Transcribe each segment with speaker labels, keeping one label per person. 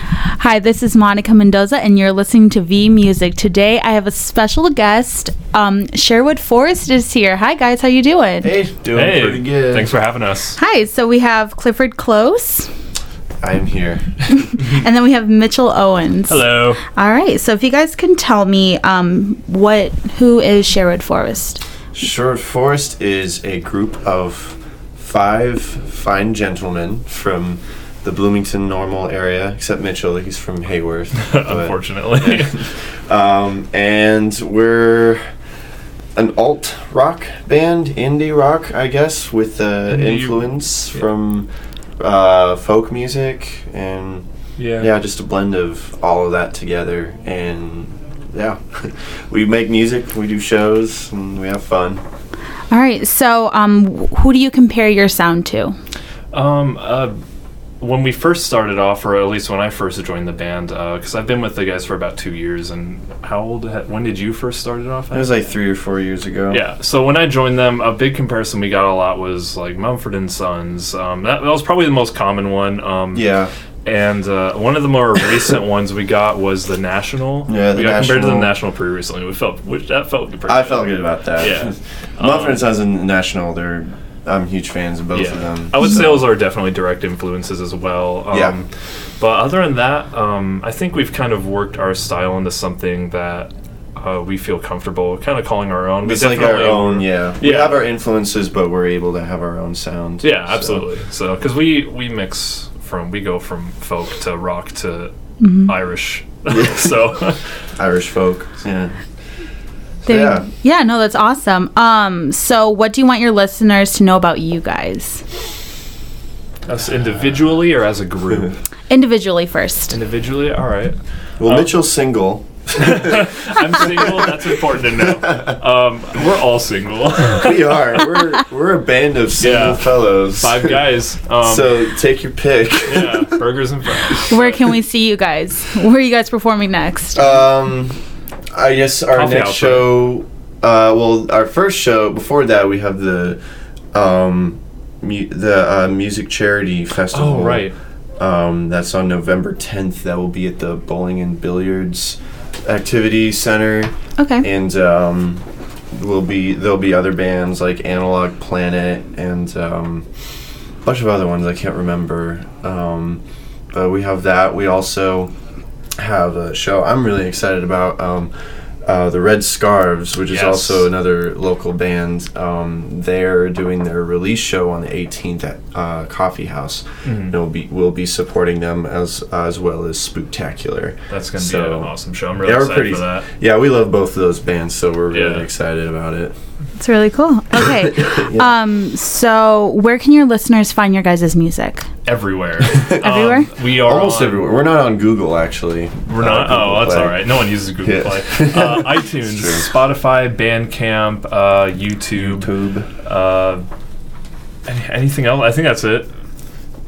Speaker 1: Hi, this is Monica Mendoza, and you're listening to V Music. Today, I have a special guest. Um, Sherwood Forest is here. Hi, guys. How you doing?
Speaker 2: Hey, doing
Speaker 3: Hey,
Speaker 2: pretty good.
Speaker 3: thanks for having us.
Speaker 1: Hi. So we have Clifford Close,
Speaker 2: I'm here.
Speaker 1: and then we have Mitchell Owens.
Speaker 3: Hello.
Speaker 1: All right. So if you guys can tell me, um, what who is Sherwood Forest?
Speaker 2: Short Forest is a group of five fine gentlemen from the Bloomington normal area, except Mitchell. He's from Hayworth. but-
Speaker 3: Unfortunately,
Speaker 2: Um, and we're an alt rock band, indie rock, I guess, with uh,
Speaker 3: Indie-
Speaker 2: influence from uh, folk music and
Speaker 3: yeah.
Speaker 2: yeah, just a blend of all of that together. And yeah, we make music, we do shows, and we have fun.
Speaker 1: All right. So um, who do you compare your sound to?
Speaker 3: Um, uh, when we first started off, or at least when I first joined the band, because I've been with the guys for about two years. And how old? ha- When did you first start it off?
Speaker 2: It was like three or four years ago.
Speaker 3: Yeah. So when I joined them, a big comparison we got a lot was like Mumford and Sons. Um, that, that was probably the most common one. Um,
Speaker 2: Yeah.
Speaker 3: And uh, one of the more recent ones we got was the National.
Speaker 2: Yeah, the
Speaker 3: we got compared to
Speaker 2: National.
Speaker 3: the National pretty recently. We felt which that felt pretty
Speaker 2: I felt good about that.
Speaker 3: Yeah.
Speaker 2: Mumford and Sons and National, they're I'm huge fans of both
Speaker 3: yeah.
Speaker 2: of them.
Speaker 3: I would say
Speaker 2: so-
Speaker 3: those are definitely direct influences as well. Um,
Speaker 2: Yeah.
Speaker 3: But other than that, um, I think we've kind of worked our style into something that uh, we feel comfortable kind of calling our own. We
Speaker 2: It's like our
Speaker 3: definitely-
Speaker 2: own, yeah. We
Speaker 3: Yeah.
Speaker 2: have our influences, but we're able to have our own sound.
Speaker 3: Yeah,
Speaker 2: so.
Speaker 3: absolutely. So, because we we mix from we go from folk to rock to Irish. so,
Speaker 2: Irish folk. Yeah.
Speaker 3: Oh.
Speaker 2: So,
Speaker 1: They-
Speaker 2: yeah.
Speaker 1: yeah, no, that's awesome. Um, so what do you want your listeners to know about you guys?
Speaker 3: us individually or as a group?
Speaker 1: Individually first.
Speaker 3: individually, all right.
Speaker 2: Well, Mitchell's single.
Speaker 3: I'm single. that's important to know. Um, we're all single.
Speaker 2: we are. We're, we're a band of single
Speaker 3: Yeah.
Speaker 2: fellows.
Speaker 3: Five guys. Um,
Speaker 2: so take your pick.
Speaker 3: yeah, burgers and fries.
Speaker 1: Where can we see you guys? Where are you guys performing next?
Speaker 2: Um, I guess our
Speaker 3: Coffee
Speaker 2: next
Speaker 3: outfit.
Speaker 2: show. Uh, well, our first show before that we have the, um, mu- the uh, music charity festival.
Speaker 3: Oh right.
Speaker 2: Um, that's on November tenth. That will be at the Bowling and Billiards Activity Center,
Speaker 1: Okay.
Speaker 2: and um, will be there'll be other bands like Analog Planet and um, a bunch of other ones I can't remember. Um, but we have that. We also have a show I'm really excited about. Um, uh, the Red Scarves, which is
Speaker 3: Yes.
Speaker 2: also another local band, um, they're doing their release show on the 18th at uh, Coffee House.
Speaker 3: Mm-hmm.
Speaker 2: And we'll be we'll be supporting them as as well as Spooktacular.
Speaker 3: That's gonna be
Speaker 2: So-
Speaker 3: an awesome show. I'm really
Speaker 2: Yeah, we're
Speaker 3: excited
Speaker 2: pretty-
Speaker 3: for that.
Speaker 2: Yeah, we love both of those bands, so we're really
Speaker 3: Yeah.
Speaker 2: excited about it.
Speaker 1: It's really cool. Okay. Um, so where can your listeners find your guys' music?
Speaker 3: Everywhere.
Speaker 1: Everywhere?
Speaker 3: Um, we are
Speaker 2: Almost
Speaker 3: on-
Speaker 2: everywhere. We're not on Google actually.
Speaker 3: We're not.
Speaker 2: Google
Speaker 3: Oh, that's
Speaker 2: Play.
Speaker 3: all right. No one uses Google
Speaker 2: Yeah.
Speaker 3: Play. Uh, iTunes, Spotify, Bandcamp, uh, YouTube.
Speaker 2: Tube.
Speaker 3: Uh, any- anything else? I think that's it.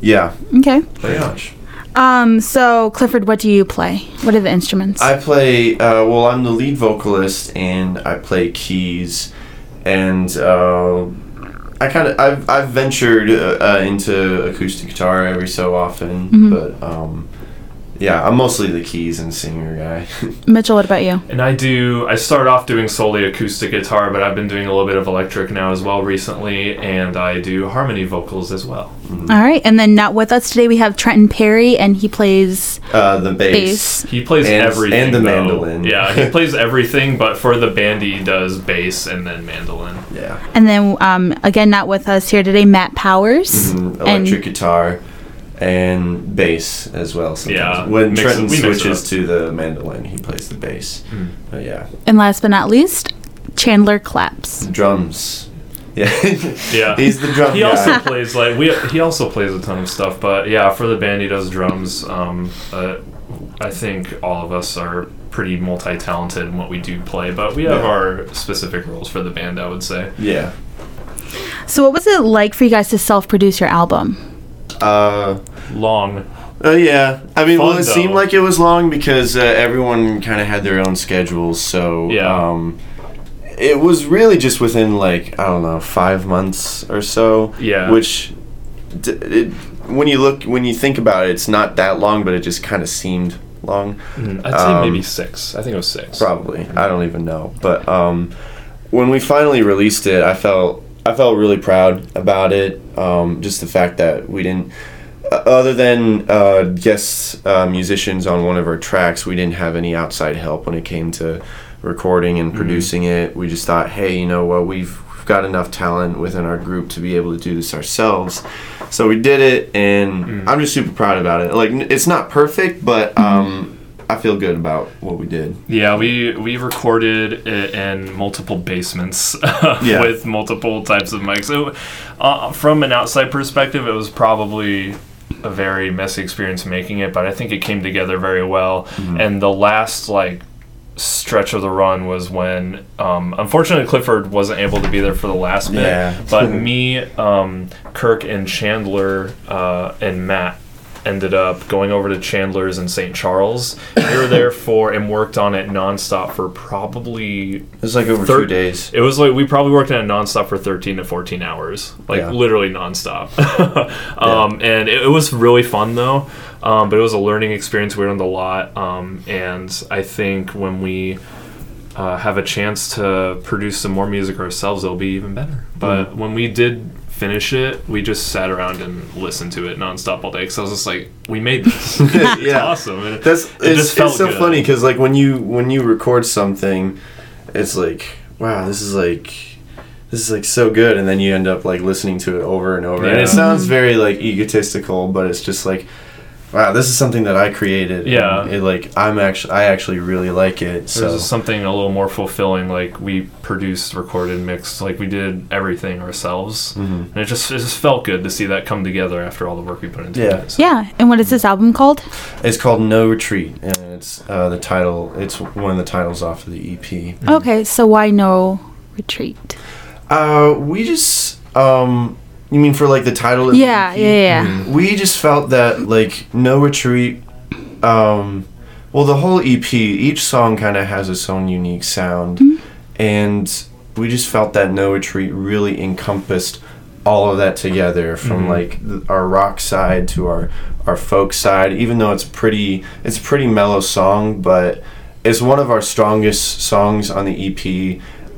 Speaker 2: Yeah,
Speaker 1: Okay.
Speaker 2: pretty much.
Speaker 1: Um, so Clifford, what do you play? What are the instruments?
Speaker 2: I play. Uh, well, I'm the lead vocalist, and I play keys, and uh, I kind of I've I've ventured uh, uh, into acoustic guitar every so often, but um, yeah, I'm mostly the keys and singer guy.
Speaker 1: Mitchell, what about you?
Speaker 3: And I do. I started off doing solely acoustic guitar, but I've been doing a little bit of electric now as well recently, and I do harmony vocals as well.
Speaker 1: All right. And then not with us today we have Trenton Perry and he plays
Speaker 2: uh, the bass.
Speaker 1: bass.
Speaker 3: He plays
Speaker 2: And-
Speaker 3: everything
Speaker 2: and the
Speaker 3: though.
Speaker 2: mandolin.
Speaker 3: Yeah, he plays everything, but for the band he does bass and then mandolin.
Speaker 2: Yeah.
Speaker 1: And then um, again not with us here today, Matt Powers.
Speaker 2: Mm,
Speaker 1: And-
Speaker 2: electric guitar and bass as well. Sometimes.
Speaker 3: Yeah,
Speaker 2: When
Speaker 3: mix it-
Speaker 2: Trenton
Speaker 3: we mix it
Speaker 2: switches
Speaker 3: up. Hmm.
Speaker 2: to the mandolin, he plays the bass. But yeah,
Speaker 1: And last but not least, Chandler Claps.
Speaker 2: drums. Yeah.
Speaker 3: Yeah.
Speaker 2: He's the drum
Speaker 3: He
Speaker 2: guy.
Speaker 3: also plays like we. He also plays a ton of stuff, but yeah, for the band he does drums. Um, uh, I think all of us are pretty multi-talented in what we do play, but we have
Speaker 2: Yeah.
Speaker 3: our specific roles for the band. I would say.
Speaker 2: yeah.
Speaker 1: So what was it like for you guys to self-produce your album?
Speaker 2: Uh,
Speaker 3: Long.
Speaker 2: oh yeah. I mean, well,
Speaker 3: Fun,
Speaker 2: it seemed
Speaker 3: though.
Speaker 2: like it was long because uh, everyone kind of had their own schedules. So
Speaker 3: Yeah.
Speaker 2: Um, it was really just within like I don't know five months or so.
Speaker 3: Yeah.
Speaker 2: Which d- it when you look when you think about it, it's not that long, but it just kind of seemed long.
Speaker 3: I'd say
Speaker 2: Um,
Speaker 3: maybe six. I think it was six.
Speaker 2: Probably. I don't even know. But um, when we finally released it, I felt I felt really proud about it. Um, just the fact that we didn't, uh, other than uh, guest uh, musicians on one of our tracks, we didn't have any outside help when it came to recording and producing it. We just thought, hey, you know what, we've we've got enough talent within our group to be able to do this ourselves. So we did it, and I'm just super proud about it. Like, n- it's not perfect, but um, I feel good about what we did.
Speaker 3: Yeah, we we recorded it in multiple basements
Speaker 2: Yeah.
Speaker 3: with multiple types of mics. So, uh, from an outside perspective, it was probably a very messy experience making it, but I think it came together very well. And the last like stretch of the run was when, um, unfortunately, Clifford wasn't able to be there for the last bit.
Speaker 2: Yeah.
Speaker 3: But me, um, Kirk, and Chandler uh, and Matt ended up going over to Chandler's in St. Charles. We were there for and worked on it nonstop for probably.
Speaker 2: It was like over
Speaker 3: thir-
Speaker 2: two days.
Speaker 3: It was like we probably worked on it nonstop for 13 to 14 hours, like
Speaker 2: Yeah.
Speaker 3: literally nonstop. um, And it, it was really fun though. Um, but it was a learning experience. We learned a lot. Um, and I think when we uh, have a chance to produce some more music ourselves, it'll be even better. But
Speaker 2: Mm-hmm.
Speaker 3: when we did finish it, we just sat around and listened to it nonstop all day because I was just like, we made this. it's
Speaker 2: Yeah.
Speaker 3: awesome. And it-
Speaker 2: That's
Speaker 3: it
Speaker 2: it's,
Speaker 3: just felt
Speaker 2: it's so
Speaker 3: good.
Speaker 2: funny because like when you when you record something, it's like wow, this is like this is like so good, and then you end up like listening to it over and over, and
Speaker 3: Yeah.
Speaker 2: it sounds very like egotistical, but it's just like wow, this is something that I created.
Speaker 3: Yeah.
Speaker 2: and it like I'm actually I actually really like it.
Speaker 3: There's
Speaker 2: So
Speaker 3: just something a little more fulfilling, like we produced, recorded, mixed, like we did everything ourselves,
Speaker 2: Mm-hmm.
Speaker 3: and it just it just felt good to see that come together after all the work we put into
Speaker 2: Yeah.
Speaker 3: it. So-
Speaker 1: Yeah. And what is this album called?
Speaker 2: it's called No Retreat, and it's uh, the title. It's one of the titles off of the E EP.
Speaker 1: Okay. So why no retreat?
Speaker 2: Uh, we just um, you mean for like the title? Of the
Speaker 1: Yeah.
Speaker 2: EP? Mm-hmm.
Speaker 1: Yeah. Yeah.
Speaker 2: we just felt that like no retreat um well the whole ep each song kind of has its own unique sound
Speaker 1: Mm-hmm.
Speaker 2: and we just felt that no retreat really encompassed all of that together from like th- our rock side to our our folk side even though it's pretty it's a pretty mellow song but it's one of our strongest songs on the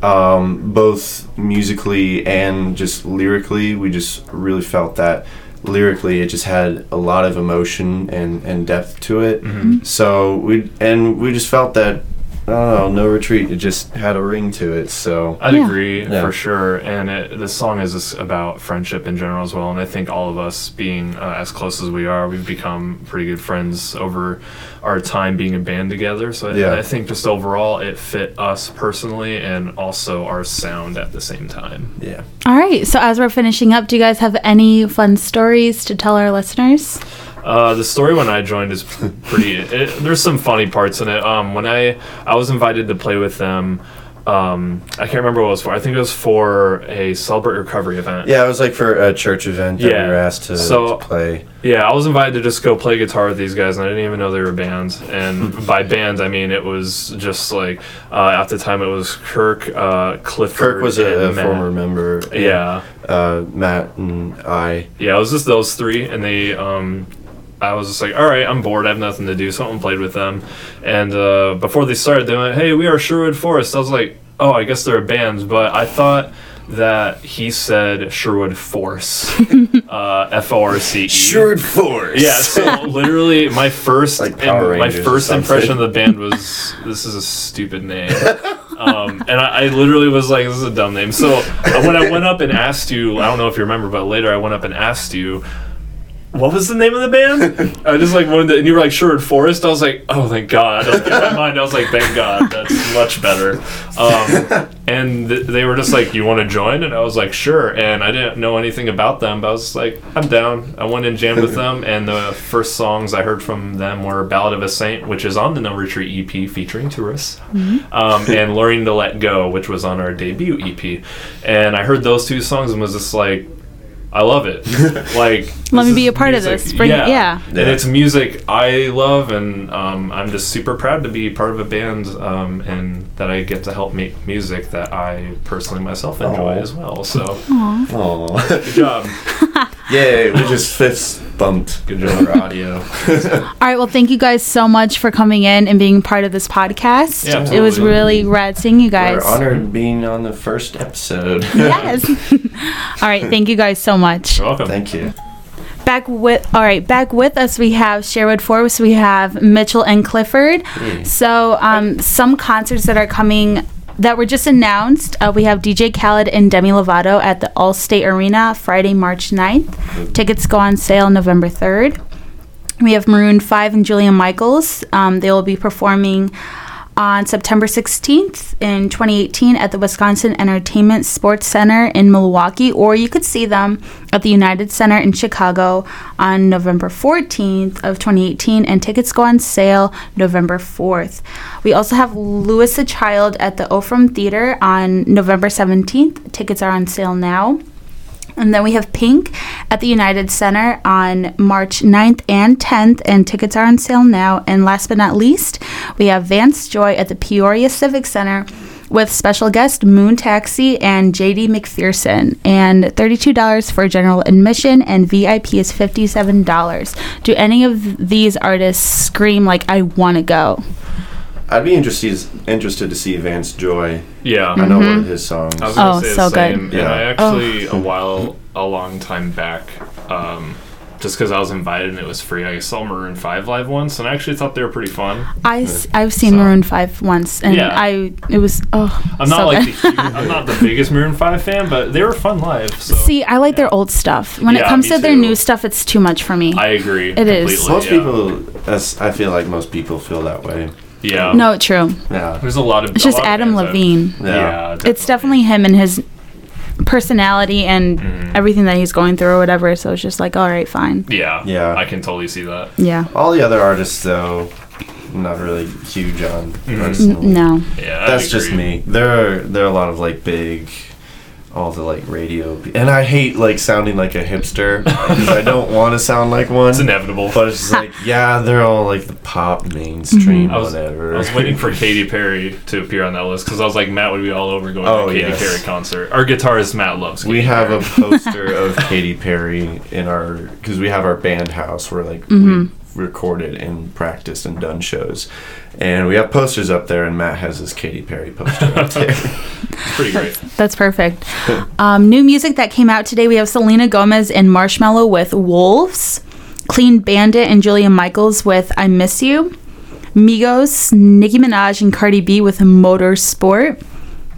Speaker 2: ep um, both musically and just lyrically we just really felt that lyrically it just had a lot of emotion and, and depth to it so we and we just felt that I don't know, no retreat. It just had a ring to it. So
Speaker 3: I'd
Speaker 1: Yeah.
Speaker 3: agree
Speaker 2: Yeah.
Speaker 3: for sure. And it, this song is just about friendship in general as well. And I think all of us being uh, as close as we are, we've become pretty good friends over our time being a band together. So I,
Speaker 2: Yeah.
Speaker 3: I think just overall, it fit us personally and also our sound at the same time.
Speaker 2: yeah,
Speaker 1: All right. So as we're finishing up, do you guys have any fun stories to tell our listeners?
Speaker 3: Uh, the story when I joined is pretty. It, there's some funny parts in it. Um, when I I was invited to play with them. Um, I can't remember what it was for. I think it was for a celebrate recovery event.
Speaker 2: yeah. It was like for a church event that
Speaker 3: Yeah.
Speaker 2: we were asked to, to
Speaker 3: So-
Speaker 2: play.
Speaker 3: Yeah, I was invited to just go play guitar with these guys, and I didn't even know they were a band. And by band, I mean it was just like uh, at the time it was Kirk, uh, Clifford,
Speaker 2: Kirk was a,
Speaker 3: and
Speaker 2: a
Speaker 3: Matt.
Speaker 2: former member. and,
Speaker 3: Yeah,
Speaker 2: uh, Matt and I.
Speaker 3: yeah, it was just those three, and they. Um, I was just like, all right, I'm bored. I have nothing to do. Someone played with them, and uh, before they started, they went, "Hey, we are Sherwood Forest." I was like, "Oh, I guess they're a band," but I thought that he said Sherwood Force, uh, F O R C E.
Speaker 2: force.
Speaker 3: Yeah, so literally my first
Speaker 2: Like Power
Speaker 3: im- my
Speaker 2: Rangers or
Speaker 3: first
Speaker 2: something.
Speaker 3: impression of the band was this is a stupid name. Um, and I, I literally was like, this is a dumb name. So uh, when I went up and asked you, I don't know if you remember, but later I went up and asked you, what was the name of the band? I just like wanted to, and you were like Sherwood Forest. I was like, oh, thank God. I was like, in my mind, I was like, thank God, that's much better. Um, and th- they were just like, you want to join? And I was like, sure. And I didn't know anything about them, but I was just like, I'm down. I went and jammed with them, and the first songs I heard from them were "Ballad of a Saint," which is on the No Retreat EP featuring Tourists,
Speaker 1: Mm-hmm.
Speaker 3: um, and "Learning to Let Go," which was on our debut EP. And I heard those two songs and was just like. I love it. Like,
Speaker 1: Let me
Speaker 3: is
Speaker 1: be a part of
Speaker 3: music.
Speaker 1: this. Bring- yeah.
Speaker 3: and
Speaker 2: Yeah.
Speaker 3: it's music I love, and um, I'm just super proud to be part of a band, um, and that I get to help make
Speaker 2: Oh.
Speaker 3: music that I personally myself enjoy
Speaker 2: Aw.
Speaker 3: as well. So,
Speaker 2: Oh.
Speaker 3: good job.
Speaker 2: Yay, we just fist bumped Controller Audio.
Speaker 1: All right. Well, thank you guys so much for coming in and being part of this podcast.
Speaker 3: Yeah,
Speaker 1: it was
Speaker 3: absolutely.
Speaker 1: really rad seeing you
Speaker 2: We're
Speaker 1: guys.
Speaker 2: honored being on the first episode.
Speaker 1: Yes. All right. Thank you guys so much.
Speaker 3: You're welcome.
Speaker 2: Thank you.
Speaker 1: Back with all right. Back with us, we have Sherwood Forest. We have Mitchell and Clifford. So um, some concerts that are coming that were just announced. Uh, we have DJ Khaled and Demi Lovato at the Allstate Arena Friday, March 9th. Tickets go on sale November 3rd. We have Maroon 5 and Julian Michaels. Um, they will be performing on September 16th in 2018 at the Wisconsin Entertainment Sports Center in Milwaukee, or you could see them at the United Center in Chicago on November 14th of 2018, and tickets go on sale November 4th. We also have Lewis the Child at the Ophram Theater on November 17th. Tickets are on sale now. And then we have Pink at the United Center on March 9th and 10th, and tickets are on sale now. And last but not least, we have Vance Joy at the Peoria Civic Center with special guest Moon Taxi and JD McPherson. And $32 for general admission, and VIP is $57. Do any of these artists scream like, I want to go?
Speaker 2: I'd be interested interested to see Vance Joy.
Speaker 3: Yeah.
Speaker 2: I know one of his songs.
Speaker 3: I was gonna
Speaker 1: Oh,
Speaker 3: say
Speaker 1: so
Speaker 3: the
Speaker 1: good. Oh.
Speaker 3: same. And
Speaker 2: Yeah.
Speaker 3: I actually a while, a long time back, um, just because I was invited and it was free, I saw Maroon Five live once, and I actually thought they were pretty fun.
Speaker 1: I, have seen Maroon 5 once, and
Speaker 3: Yeah.
Speaker 1: I it was, oh,
Speaker 3: I'm not like the, huge- I'm not the biggest Maroon Five fan, but they were fun live. So
Speaker 1: See, I like their old stuff. When it
Speaker 3: Yeah,
Speaker 1: comes
Speaker 3: me
Speaker 1: to their
Speaker 3: too.
Speaker 1: new stuff, it's too much for me.
Speaker 3: I agree.
Speaker 1: It is.
Speaker 3: completely,
Speaker 2: most
Speaker 3: yeah.
Speaker 2: people, that's, I feel like most people feel that way.
Speaker 3: Yeah.
Speaker 1: no, true.
Speaker 2: Yeah.
Speaker 3: There's a lot of.
Speaker 1: It's just Adam Levine.
Speaker 2: Yeah.
Speaker 3: Yeah.
Speaker 1: It's definitely him and his personality and
Speaker 3: Mm-hmm.
Speaker 1: everything that he's going through or whatever. So it's just like, all right, fine.
Speaker 3: Yeah.
Speaker 2: Yeah.
Speaker 3: I can totally see that.
Speaker 1: Yeah.
Speaker 2: All the other artists, though, I'm not really huge on. personally.
Speaker 1: No.
Speaker 3: Yeah. Mm-hmm. I
Speaker 2: That's just
Speaker 3: agree.
Speaker 2: me. There are there are a lot of like big, all the like radio, and I hate like sounding like a hipster because I don't want to sound like one.
Speaker 3: It's inevitable.
Speaker 2: But it's just like yeah, they're all like the pop mainstream,
Speaker 3: I was,
Speaker 2: whatever.
Speaker 3: I was waiting for Katy Perry to appear on that list because I was like, Matt would be all over going
Speaker 2: Oh,
Speaker 3: to a Katy
Speaker 2: yes.
Speaker 3: Perry concert. Our guitarist Matt loves.
Speaker 2: we
Speaker 3: Katy
Speaker 2: have a
Speaker 3: Perry.
Speaker 2: poster of Katy Perry in our because we have our band house where like
Speaker 1: Mm-hmm.
Speaker 2: we recorded and practiced and done shows, and we have posters up there, and Matt has his Katy Perry poster up there.
Speaker 3: pretty great.
Speaker 1: That's perfect. um, new music that came out today. We have Selena Gomez and Marshmallow with Wolves, Clean Bandit and Julia Michaels with I Miss You, Migos, Nicki Minaj and Cardi B with Motorsport,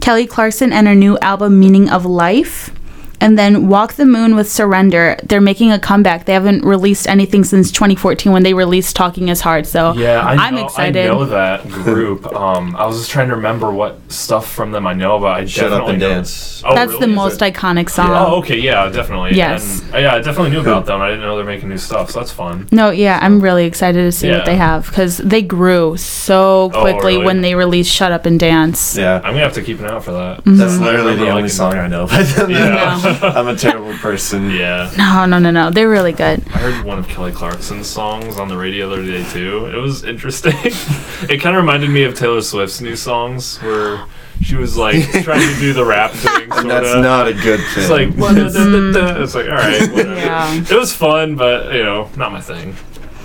Speaker 1: Kelly Clarkson and her new album Meaning of Life. And then Walk the Moon with Surrender. They're making a comeback. They haven't released anything since 2014 when they released Talking Is Hard. So
Speaker 3: Yeah, I
Speaker 1: I'm
Speaker 3: know,
Speaker 1: excited.
Speaker 3: I know that group. Um, I was just trying to remember what stuff from them I know about. I
Speaker 2: Shut up
Speaker 3: definitely
Speaker 2: and
Speaker 3: know-
Speaker 2: dance.
Speaker 3: Oh,
Speaker 1: That's
Speaker 3: really?
Speaker 1: the
Speaker 3: Is
Speaker 1: most
Speaker 3: it-
Speaker 1: iconic song.
Speaker 3: Oh, okay, yeah, definitely.
Speaker 1: Yes.
Speaker 3: And, uh, yeah, I definitely knew about them. I didn't know they're making new stuff, so that's fun.
Speaker 1: No, yeah, I'm really excited to see what
Speaker 3: Yeah.
Speaker 1: they have because they grew so
Speaker 3: Oh,
Speaker 1: quickly
Speaker 3: really?
Speaker 1: when they released "Shut Up and Dance."
Speaker 2: Yeah.
Speaker 3: I'm gonna have to keep an eye out for that.
Speaker 1: Mm-hmm.
Speaker 2: That's literally
Speaker 3: remember
Speaker 2: the only
Speaker 3: liking
Speaker 2: song I know. But then
Speaker 3: Yeah.
Speaker 2: I'm a terrible person.
Speaker 3: Yeah,
Speaker 1: No, no, no, no, they're really good.
Speaker 3: I heard one of Kelly Clarkson's songs on the radio the other day too. It was interesting. it kind of reminded me of Taylor Swift's new songs where she was like trying to do the rap thing. Sort
Speaker 2: That's not a good thing.
Speaker 3: It's like "Wah, da, da, da, da." it's like all right, whatever.
Speaker 1: Yeah.
Speaker 3: It was fun, but you know, not my thing.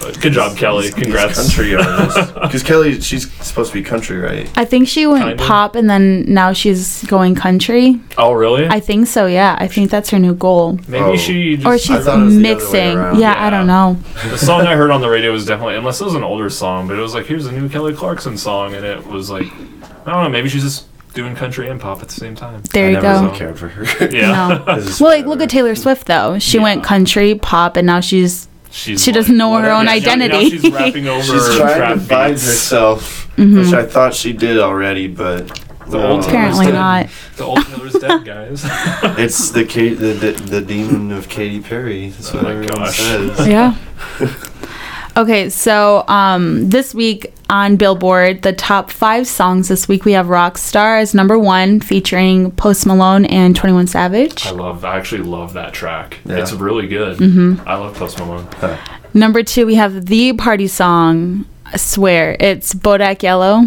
Speaker 3: But good job, Kelly. Congrats.
Speaker 2: country artist. Because Kelly, she's supposed to be country, right?
Speaker 1: I think she went
Speaker 3: Kinda.
Speaker 1: pop and then now she's going country.
Speaker 3: Oh really?
Speaker 1: I think so. Yeah, I think that's her new goal.
Speaker 3: Maybe
Speaker 2: Oh.
Speaker 3: she just,
Speaker 1: Or
Speaker 2: I
Speaker 1: she's
Speaker 2: thought it was the other way
Speaker 1: mixing. Yeah,
Speaker 2: around.
Speaker 1: I
Speaker 3: Yeah.
Speaker 1: don't know.
Speaker 3: the song I heard on the radio was definitely unless it was an older song, but it was like here's a new Kelly Clarkson song, and it was like I don't know, maybe she's just doing country and pop at the same time.
Speaker 1: There
Speaker 2: I
Speaker 1: you
Speaker 2: never
Speaker 1: go.
Speaker 2: really cared for her.
Speaker 3: Yeah,
Speaker 1: No. well, like look at Taylor Swift though. She went country pop and now she's
Speaker 3: she's
Speaker 1: she
Speaker 3: like-
Speaker 1: doesn't know her
Speaker 2: whatever.
Speaker 1: own
Speaker 3: Yeah, she- now
Speaker 1: identity.
Speaker 3: she's rapping over
Speaker 2: She's
Speaker 3: trap
Speaker 2: trying to find
Speaker 3: beats.
Speaker 2: herself, which I thought she did already, but um,
Speaker 3: The
Speaker 2: no.
Speaker 3: old Taylor's
Speaker 1: Apparently
Speaker 3: dead.
Speaker 1: not.
Speaker 3: The old Taylor's dead, guys.
Speaker 2: It's the, Ka- the the the demon of Katy Perry. That's
Speaker 3: Oh
Speaker 2: what
Speaker 3: my
Speaker 2: everyone
Speaker 3: gosh.
Speaker 2: says.
Speaker 1: yeah. Okay, so um, this week on Billboard, the top five songs this week we have "Rockstar" as number one, featuring Post Malone and Twenty One Savage.
Speaker 3: I love. I actually love that track.
Speaker 2: Yeah.
Speaker 3: It's really good. Mm-hmm. I love Post Malone.
Speaker 1: Number two, we have the party song. I swear, it's Bodak Yellow,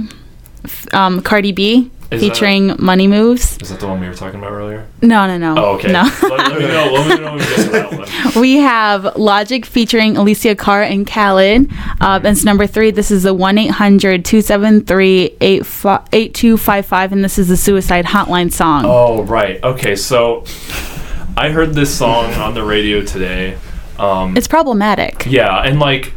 Speaker 1: f- um, Cardi B,
Speaker 3: Is that-
Speaker 1: featuring Money Moves.
Speaker 3: Is that the one we were talking about earlier?
Speaker 1: No, no, no.
Speaker 3: Oh, okay.
Speaker 1: No.
Speaker 3: let, let me know. Let me know when we get to that one.
Speaker 1: We have Logic featuring Alicia Carr and Khaled. Uh, it's number three. This is the 1 800 273 8255, and this is the Suicide Hotline song.
Speaker 3: Oh, right. Okay, so I heard this song on the radio today. Um,
Speaker 1: It's problematic.
Speaker 3: yeah, and like,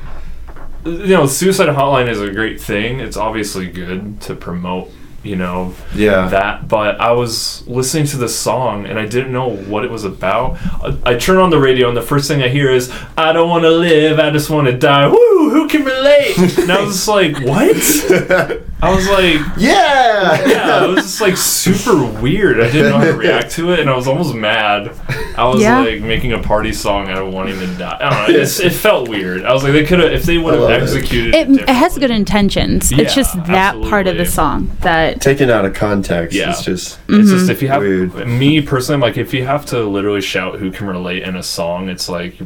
Speaker 3: you know, Suicide Hotline is a great thing. It's obviously good to promote, you know,
Speaker 2: Yeah.
Speaker 3: that. But I was listening to this song and I didn't know what it was about. I, I turn on the radio and the first thing I hear is, I don't want to live, I just want to die. Woo, who can relate? and I was just like, what? I was like,
Speaker 2: yeah.
Speaker 3: yeah, it was just like super weird. I didn't know how to react to it, and I was almost mad. I was
Speaker 1: Yeah.
Speaker 3: like making a party song out of wanting to die. I don't know. It, just, it felt weird. I was like, they could have if they would
Speaker 2: I
Speaker 3: have
Speaker 2: love it.
Speaker 3: executed it.
Speaker 1: It, it has good
Speaker 3: differently.
Speaker 1: intentions.
Speaker 3: Yeah,
Speaker 1: it's just that part of
Speaker 3: absolutely.
Speaker 1: the song that.
Speaker 2: Taken out of context,
Speaker 3: Yeah.
Speaker 2: it's just
Speaker 3: It's just if you have
Speaker 2: Weird.
Speaker 3: me personally, I'm like if you have to literally shout who can relate in a song, it's like.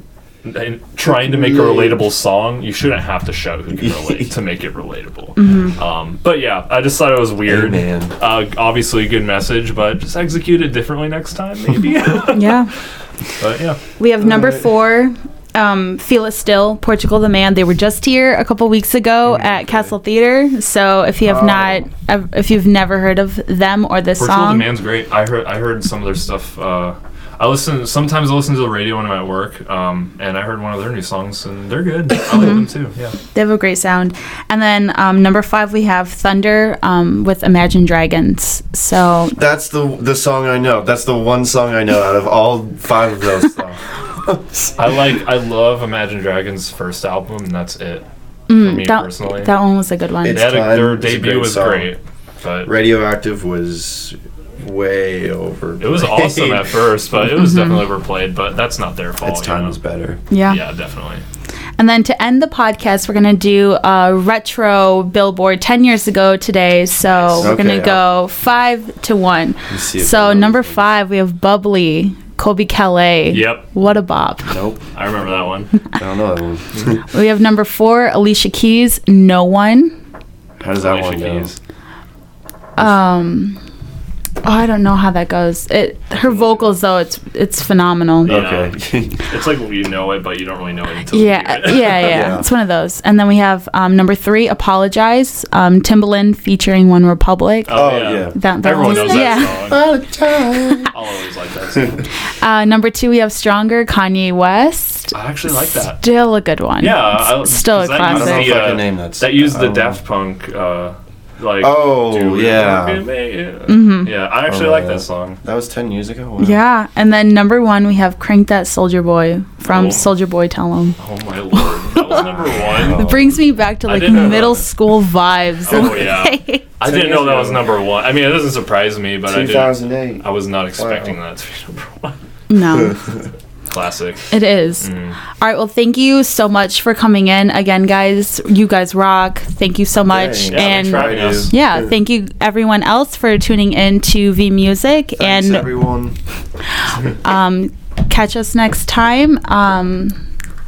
Speaker 3: And trying to make a relatable song, you shouldn't have to shout who can relate to make it relatable. Um, but yeah, I just thought it was weird.
Speaker 2: Amen.
Speaker 3: Uh, obviously, good message, but just execute it differently next time, maybe.
Speaker 1: Yeah.
Speaker 3: But yeah,
Speaker 1: We have number
Speaker 2: right.
Speaker 1: four, um, Feel It Still, Portugal the Man. They were just here a couple weeks ago at Castle Theater. So if you have
Speaker 2: Oh.
Speaker 1: not, if you've never heard of them or this
Speaker 3: Portugal
Speaker 1: song,
Speaker 3: the Man's great. I heard I heard some of their stuff. Uh, I listen sometimes. I listen to the radio when I'm at work, um, and I heard one of their new songs, and they're good. I like them too. Yeah,
Speaker 1: they have a great sound. And then um, number five, we have Thunder um, with Imagine Dragons. So
Speaker 2: That's the the song I know. That's the one song I know out of all five of those songs.
Speaker 3: I like I love Imagine Dragons' first album, and that's it for me personally.
Speaker 1: Mm, that, that one was a good one.
Speaker 3: they
Speaker 2: It's
Speaker 3: had a, their
Speaker 2: time. It's a
Speaker 3: debut
Speaker 2: great
Speaker 3: was
Speaker 2: song.
Speaker 3: great, but
Speaker 2: Radioactive was way over.
Speaker 3: it was awesome at first. But it was
Speaker 1: Mm-hmm.
Speaker 3: definitely overplayed. But that's not their fault.
Speaker 2: Its
Speaker 3: you
Speaker 2: time
Speaker 3: know?
Speaker 2: was better.
Speaker 3: Yeah, definitely.
Speaker 1: And then to end the podcast, we're going to do a retro billboard 10 years ago today. So we're going
Speaker 2: Okay.
Speaker 1: to go five to one.
Speaker 2: see if
Speaker 1: So
Speaker 2: I know
Speaker 1: number
Speaker 2: anything.
Speaker 1: five, we have Bubbly, Kobe Calais.
Speaker 3: Yep.
Speaker 1: What a bop.
Speaker 2: Nope,
Speaker 3: I remember that one.
Speaker 2: I don't know that one.
Speaker 1: We have number four, Alicia Keys, No One.
Speaker 2: How does that one
Speaker 3: Alicia
Speaker 2: go?
Speaker 3: Keys.
Speaker 1: Um, oh, I don't know how that goes. It Her vocals, though, it's it's phenomenal.
Speaker 3: Yeah.
Speaker 2: Okay,
Speaker 3: It's like you know it, but you don't really know it until you
Speaker 1: Yeah,
Speaker 3: hear
Speaker 1: yeah,
Speaker 3: it.
Speaker 1: yeah,
Speaker 2: Yeah.
Speaker 1: It's one of those. And then we have um, number three, Apologize, um, Timbaland featuring One Republic.
Speaker 2: Oh, yeah.
Speaker 1: That, that
Speaker 3: Everyone
Speaker 1: one's-
Speaker 3: knows that song.
Speaker 2: time.
Speaker 3: I'll always like that song.
Speaker 1: Uh, number two, we have Stronger, Kanye West.
Speaker 3: I actually like that.
Speaker 1: Still a good one.
Speaker 3: Yeah, I,
Speaker 1: S- still a
Speaker 3: 'cause that used
Speaker 2: I
Speaker 1: classic.
Speaker 2: don't know if I
Speaker 3: the,
Speaker 2: can name
Speaker 3: uh,
Speaker 2: that
Speaker 3: That used
Speaker 2: song.
Speaker 3: the
Speaker 2: Um,
Speaker 3: Daft Punk, uh, like.
Speaker 2: Oh,
Speaker 3: do it,
Speaker 2: yeah.
Speaker 3: look at me, Yeah. Yeah, I actually
Speaker 2: Oh,
Speaker 3: like
Speaker 2: yeah.
Speaker 3: that song.
Speaker 2: That was ten years ago. Wow.
Speaker 1: Yeah, and then number one, we have Crank That Soldier Boy from
Speaker 3: Cool.
Speaker 1: Soldier Boy Tell 'Em.
Speaker 3: Oh my lord, that was number one.
Speaker 2: Oh.
Speaker 1: It brings me back to like
Speaker 3: didn't know that.
Speaker 1: middle school vibes.
Speaker 3: Oh, yeah. I didn't know that was number one. I mean, it doesn't surprise me, but I did.
Speaker 2: 2008.
Speaker 3: I was not expecting that to be number one.
Speaker 1: no,
Speaker 3: Classic.
Speaker 1: it is.
Speaker 3: Mm.
Speaker 1: All right, well, thank you so much for coming in again, guys. You guys rock. Thank you so much.
Speaker 2: Dang.
Speaker 3: Yeah,
Speaker 1: and
Speaker 3: thanks for having us.
Speaker 1: yeah, thank you everyone else for tuning in to V Music
Speaker 2: Thanks,
Speaker 1: and
Speaker 2: everyone.
Speaker 1: um, catch us next time. Um,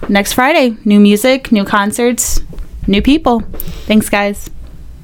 Speaker 1: next Friday, new music, new concerts, new people. Thanks, guys.